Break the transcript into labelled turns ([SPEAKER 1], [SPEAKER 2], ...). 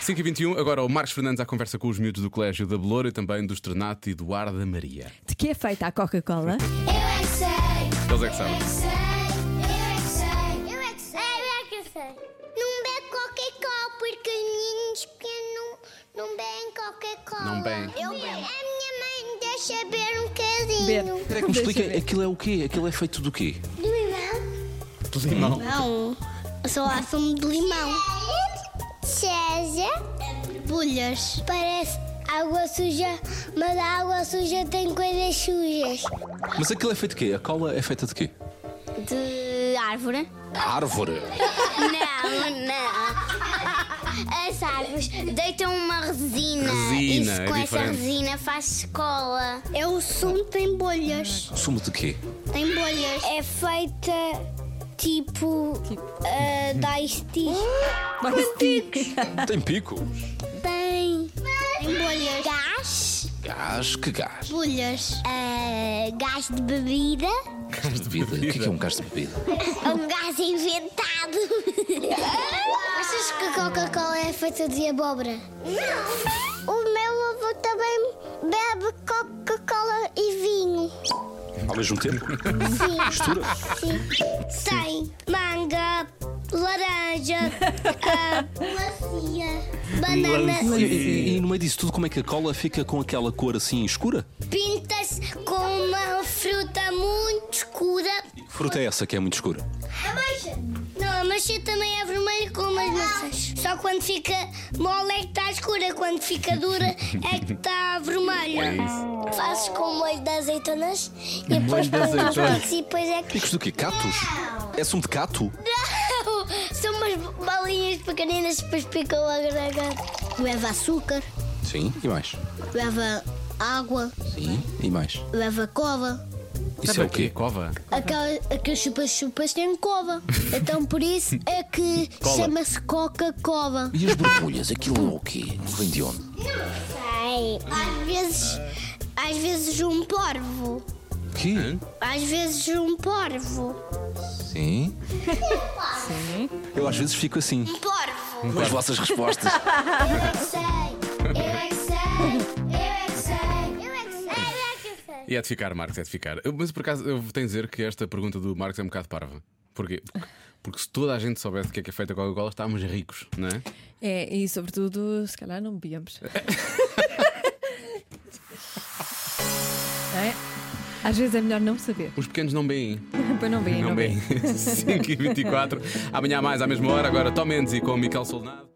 [SPEAKER 1] 5h21, agora o Marcos Fernandes à conversa com os miúdos do Colégio da Beloura e também do Estrenato e do Ar da Maria.
[SPEAKER 2] De que é feita a Coca-Cola?
[SPEAKER 3] Eu é que sei, eu é que sei, eu é que sei, eu é que sei, eu é que sei, eu é que sei. Não bebe Coca-Cola porque os meninos pequenos não, não bebem Coca-Cola.
[SPEAKER 1] Não bebem.
[SPEAKER 3] Eu bebo. A minha mãe deixa beber um bocadinho.
[SPEAKER 2] Bebe.
[SPEAKER 4] Espera aí que me explica, aquilo é o quê? Aquilo é feito do quê?
[SPEAKER 3] Do limão?
[SPEAKER 1] De limão.
[SPEAKER 5] Não, só há sumo de limão.
[SPEAKER 3] Seja
[SPEAKER 5] Bolhas.
[SPEAKER 3] parece água suja, mas a água suja tem coisas sujas.
[SPEAKER 4] Mas aquilo é feito de quê? A cola é feita de quê?
[SPEAKER 5] De árvore?
[SPEAKER 4] Árvore.
[SPEAKER 5] Não, não.
[SPEAKER 3] Ah,
[SPEAKER 5] As árvores deitam uma resina.
[SPEAKER 1] Resina,
[SPEAKER 5] e
[SPEAKER 1] é
[SPEAKER 5] com essa
[SPEAKER 1] diferente.
[SPEAKER 5] resina faz cola. É o sumo tem bolhas.
[SPEAKER 4] Sumo de quê?
[SPEAKER 5] Tem bolhas.
[SPEAKER 3] É feita tipo, da ice
[SPEAKER 2] Mais
[SPEAKER 4] Tem picos.
[SPEAKER 3] Tem.
[SPEAKER 5] Tem bolhas.
[SPEAKER 3] Gás.
[SPEAKER 4] Gás, que gás?
[SPEAKER 5] Bolhas.
[SPEAKER 3] ah, gás de bebida.
[SPEAKER 4] Gás de bebida. O que é, que é um gás de bebida?
[SPEAKER 3] É um gás inventado. Achas que a Coca-Cola é feita de abóbora? Não. O meu avô também bebe Coca-Cola e vinho.
[SPEAKER 4] Ao mesmo tempo?
[SPEAKER 3] Sim.
[SPEAKER 4] Mistura?
[SPEAKER 3] Tem manga, laranja, ah, macia, banana.
[SPEAKER 4] E, e- e no meio disso tudo, como é que a cola fica com aquela cor assim escura?
[SPEAKER 3] Pinta-se com uma fruta muito escura.
[SPEAKER 4] Que Fruta é essa que é muito escura.
[SPEAKER 3] Não, a maçã também é vermelha como as maçãs. Só quando fica mole é que está escura, quando fica dura é que está
[SPEAKER 1] É
[SPEAKER 3] vermelha. Fazes com molho de azeitonas e depois
[SPEAKER 1] de
[SPEAKER 3] pões nos
[SPEAKER 1] azeitonas.
[SPEAKER 3] picos e depois é que.
[SPEAKER 4] Picos do quê? Catos? É sumo de cato?
[SPEAKER 3] Não! São umas bolinhas pequeninas e depois pica logo na cara. Leva açúcar,
[SPEAKER 4] Sim. E mais?
[SPEAKER 3] leva água,
[SPEAKER 4] Sim. E mais?
[SPEAKER 3] leva cova.
[SPEAKER 4] Isso é o quê?
[SPEAKER 1] Cova.
[SPEAKER 3] Aquelas, aquelas chupas-chupas têm cova. Então por isso é que chama-se Coca-Cova.
[SPEAKER 4] E as borbulhas? Aquilo é o quê? Vem de onde?
[SPEAKER 3] Ai, às vezes, às vezes um porvo.
[SPEAKER 4] Quê?
[SPEAKER 3] Às vezes um porvo.
[SPEAKER 4] Sim. Eu às vezes fico assim.
[SPEAKER 3] Um porvo.
[SPEAKER 4] Com as vossas respostas.
[SPEAKER 3] Eu é que sei, eu é que sei, eu é que sei, eu é que sei, eu é que sei.
[SPEAKER 1] E é de ficar, Marcos, é de ficar. Eu- mas por acaso, eu tenho de dizer que esta pergunta do Marcos é um bocado parva. Porquê? Porque- Porque se toda a gente soubesse o que é que é feita a Coca-Cola, estávamos ricos, não é?
[SPEAKER 2] É, e sobretudo, se calhar não bebíamos. Não é? Às vezes é melhor não saber.
[SPEAKER 1] Os pequenos não bem.
[SPEAKER 2] Para não bem,
[SPEAKER 1] Não
[SPEAKER 2] não bem.
[SPEAKER 1] bem. 5h24. Amanhã mais à mesma hora. Agora Tom Mendes e com o Miquel Solnado.